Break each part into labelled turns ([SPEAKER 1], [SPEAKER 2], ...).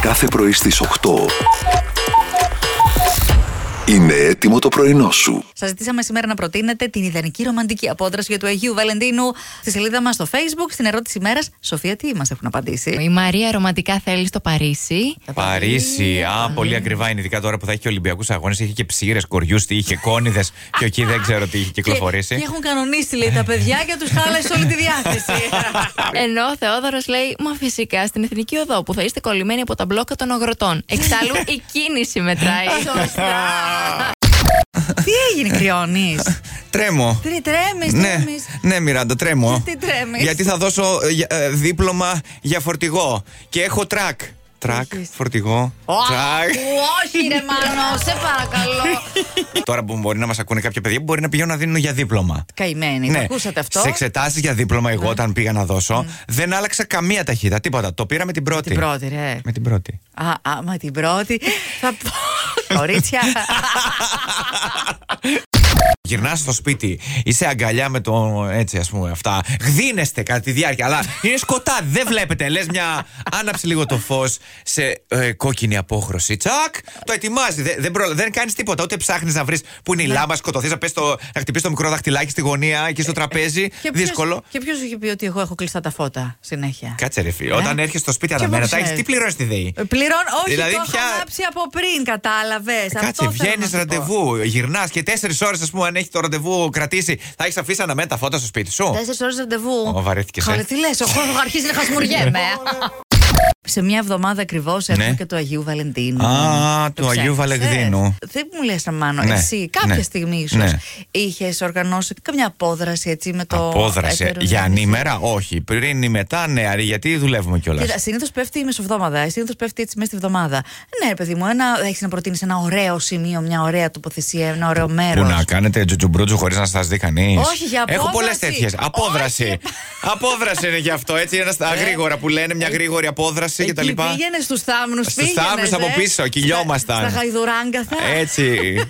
[SPEAKER 1] κάθε πρωί στις 8. Είναι έτοιμο το πρωινό σου.
[SPEAKER 2] Σας ζητήσαμε σήμερα να προτείνετε την ιδανική ρομαντική απόδραση για του Αγίου Βαλεντίνου στη σελίδα μας στο Facebook. Στην ερώτηση ημέρας, Σοφία, τι μας έχουν απαντήσει.
[SPEAKER 3] Ε, Η Μαρία ρομαντικά θέλει στο Παρίσι.
[SPEAKER 4] Παρίσι. Α, πολύ ακριβά είναι. Ειδικά τώρα που θα έχει και Ολυμπιακούς Αγώνες. Είχε και ψήρες, κοριούς, τι είχε, κόνιδες. και εκεί δεν ξέρω τι είχε κυκλοφορήσει.
[SPEAKER 2] Και, και έχουν κανονίσει, λέει, τα παιδιά για τους χάλασε όλη τη διάθεση.
[SPEAKER 3] Ενώ ο Θεόδωρος λέει, Μα φυσικά στην Εθνική Οδό που θα είστε κολλημένοι από τα μπλόκα των αγροτών. Εξάλλου η κίνηση μετράει.
[SPEAKER 2] τι έγινε, κρυώνεις.
[SPEAKER 4] Τρέμω.
[SPEAKER 2] Τι τρέμεις,
[SPEAKER 4] Ναι,
[SPEAKER 2] τρέμεις.
[SPEAKER 4] ναι, Μιράντα, τρέμω.
[SPEAKER 2] Τι τρέμεις?
[SPEAKER 4] Γιατί θα δώσω ε, για- ε, δίπλωμα για φορτηγό. Και έχω τρακ. Τρακ, φορτηγό. Τρακ.
[SPEAKER 2] Όχι, ρε Μάνο, σε παρακαλώ.
[SPEAKER 4] Τώρα που μπορεί να μας ακούνε κάποια παιδιά που μπορεί να πηγαίνουν να δίνουν για δίπλωμα.
[SPEAKER 2] Καημένοι, το ακούσατε αυτό.
[SPEAKER 4] Ναι.
[SPEAKER 2] Ναι.
[SPEAKER 4] Σε εξετάσεις για δίπλωμα, εγώ όταν πήγα να δώσω, δεν άλλαξα καμία ταχύτητα. Τίποτα. Το πήρα με την πρώτη.
[SPEAKER 2] Την πρώτη, ρε.
[SPEAKER 4] Με την πρώτη.
[SPEAKER 2] Α, α, μα την πρώτη. Θα πω. Κορίτσια.
[SPEAKER 4] Γυρνάς στο σπίτι, είσαι αγκαλιά με το έτσι, ας πούμε, αυτά. Γδίνεστε κατά τη διάρκεια, αλλά είναι σκοτάδι, δεν βλέπετε. Λες μια. Άναψε λίγο το φως σε ε, κόκκινη απόχρωση. Τσακ! Το ετοιμάζει. Δεν, δεν, προ- δεν κάνεις τίποτα. Ούτε ψάχνεις να βρεις που είναι η
[SPEAKER 2] Ναι.
[SPEAKER 4] λάμπα, σκοτωθείς, να, πες το- να χτυπήσεις το μικρό δαχτυλάκι στη γωνία εκεί στο τραπέζι.
[SPEAKER 2] Ε, Και ποιος-
[SPEAKER 4] Δύσκολο.
[SPEAKER 2] Και ποιος είχε πει ότι εγώ έχω κλειστά τα φώτα συνέχεια.
[SPEAKER 4] Κάτσε ρε φίλε. Όταν έρχεσαι στο σπίτι
[SPEAKER 2] Ε, Και
[SPEAKER 4] αναμένα,
[SPEAKER 2] πώς
[SPEAKER 4] τα έχεις,
[SPEAKER 2] ξέρεις.
[SPEAKER 4] τι πληρώνεις τη ΔΕΗ.
[SPEAKER 2] Ε, Πληρών, όχι,
[SPEAKER 4] Δηλαδή,
[SPEAKER 2] το
[SPEAKER 4] πια-
[SPEAKER 2] έχω γράψει από πριν, κατάλαβες.
[SPEAKER 4] Κάτσε, βγαίνει ραντεβού, γυρνάς και τέσσερις ώρες, ας πούμε, αν έχει το ραντεβού κρατήσει, θα έχεις αφήσει αναμένα τα φώτα στο σπίτι σου.
[SPEAKER 2] Τέσσερις ώρες ραντεβού.
[SPEAKER 4] Ω, βαρέθηκες, ε.
[SPEAKER 2] Χαλέ, τι λε, έχω αρχίσει να χασμουριέμαι. Σε μια εβδομάδα ακριβώς έχουμε
[SPEAKER 4] Ναι.
[SPEAKER 2] και του Αγίου Βαλεντίνου.
[SPEAKER 4] Α,
[SPEAKER 2] Το
[SPEAKER 4] του
[SPEAKER 2] ψάξες.
[SPEAKER 4] Αγίου Βαλεγδίνου.
[SPEAKER 2] Δεν μου λες, Μάνο,
[SPEAKER 4] Ναι.
[SPEAKER 2] εσύ κάποια
[SPEAKER 4] Ναι.
[SPEAKER 2] στιγμή ίσως
[SPEAKER 4] Ναι.
[SPEAKER 2] είχες οργανώσει καμιά απόδραση έτσι με το.
[SPEAKER 4] Απόδρασε.
[SPEAKER 2] έτερο
[SPEAKER 4] Για
[SPEAKER 2] νεανικό.
[SPEAKER 4] ανήμερα, όχι. Πριν ή μετά, ναι, αρι- γιατί δουλεύουμε κιόλας.
[SPEAKER 2] Κοίτα, συνήθως πέφτει η μεσοβδόμαδα, ε, συνήθως πέφτει έτσι μέσα στη βδομάδα. Ναι, ρε παιδί μου, έχεις να προτείνεις ένα ωραίο σημείο, μια ωραία τοποθεσία, ένα ωραίο μέρο.
[SPEAKER 4] Που να κάνετε τζουτζουμπρούτζου χωρίς να σας δει κανείς.
[SPEAKER 2] Όχι, για
[SPEAKER 4] Έχω
[SPEAKER 2] απόδραση.
[SPEAKER 4] πολλέ τέτοιε. Απόδραση.
[SPEAKER 2] Όχι. Ε,
[SPEAKER 4] απόδραση είναι γι' αυτό. Έτσι, ένας στα γρήγορα που λένε, μια γρήγορη απόδραση κτλ.
[SPEAKER 2] Εκεί πήγαινε στους θάμνους
[SPEAKER 4] Στους θάμνους από πίσω, κυλιόμασταν.
[SPEAKER 2] ε.
[SPEAKER 4] Ε,
[SPEAKER 2] Στα γαϊδουράγκαθα.
[SPEAKER 4] Έτσι.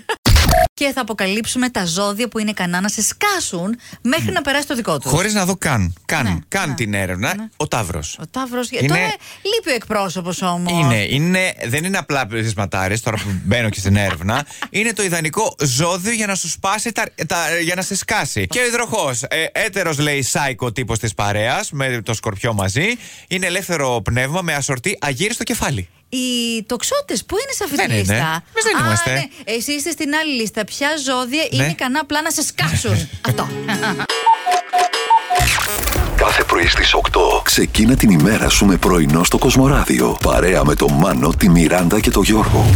[SPEAKER 2] Και θα αποκαλύψουμε τα ζώδια που είναι ικανά να σε σκάσουν μέχρι να περάσει το δικό τους.
[SPEAKER 4] Χωρίς να δω καν. Καν,
[SPEAKER 2] Ναι,
[SPEAKER 4] καν
[SPEAKER 2] ναι.
[SPEAKER 4] την έρευνα.
[SPEAKER 2] Ναι.
[SPEAKER 4] Ο Ταύρος.
[SPEAKER 2] Ο Ταύρος.
[SPEAKER 4] Είναι-
[SPEAKER 2] Τώρα λείπει ο εκπρόσωπος όμως.
[SPEAKER 4] Είναι, είναι, δεν είναι απλά πλησματάρε τώρα που μπαίνω και στην έρευνα. είναι το ιδανικό ζώδιο για να σου σπάσει τα, τα- για να σε σκάσει. Και ο υδροχός. Ε, Έτερος λέει σάικο τύπος της παρέας με το σκορπιό μαζί. Είναι ελεύθερο πνεύμα με ασορτή αγύρι στο κεφάλι.
[SPEAKER 2] Οι τοξότες που είναι σε αυτή
[SPEAKER 4] Δεν
[SPEAKER 2] τη
[SPEAKER 4] είναι.
[SPEAKER 2] λίστα.
[SPEAKER 4] Εμείς δεν
[SPEAKER 2] Α,
[SPEAKER 4] είμαστε.
[SPEAKER 2] ναι. Εσύ είστε στην άλλη λίστα. Ποια ζώδια
[SPEAKER 4] Ναι.
[SPEAKER 2] είναι ικανά απλά να σε σκάσουν. Αυτό.
[SPEAKER 1] Κάθε πρωί στις 8. Ξεκίνα την ημέρα σου με πρωινό στο Κοσμοράδιο. Παρέα με τον Μάνο, τη Μιράντα και τον Γιώργο.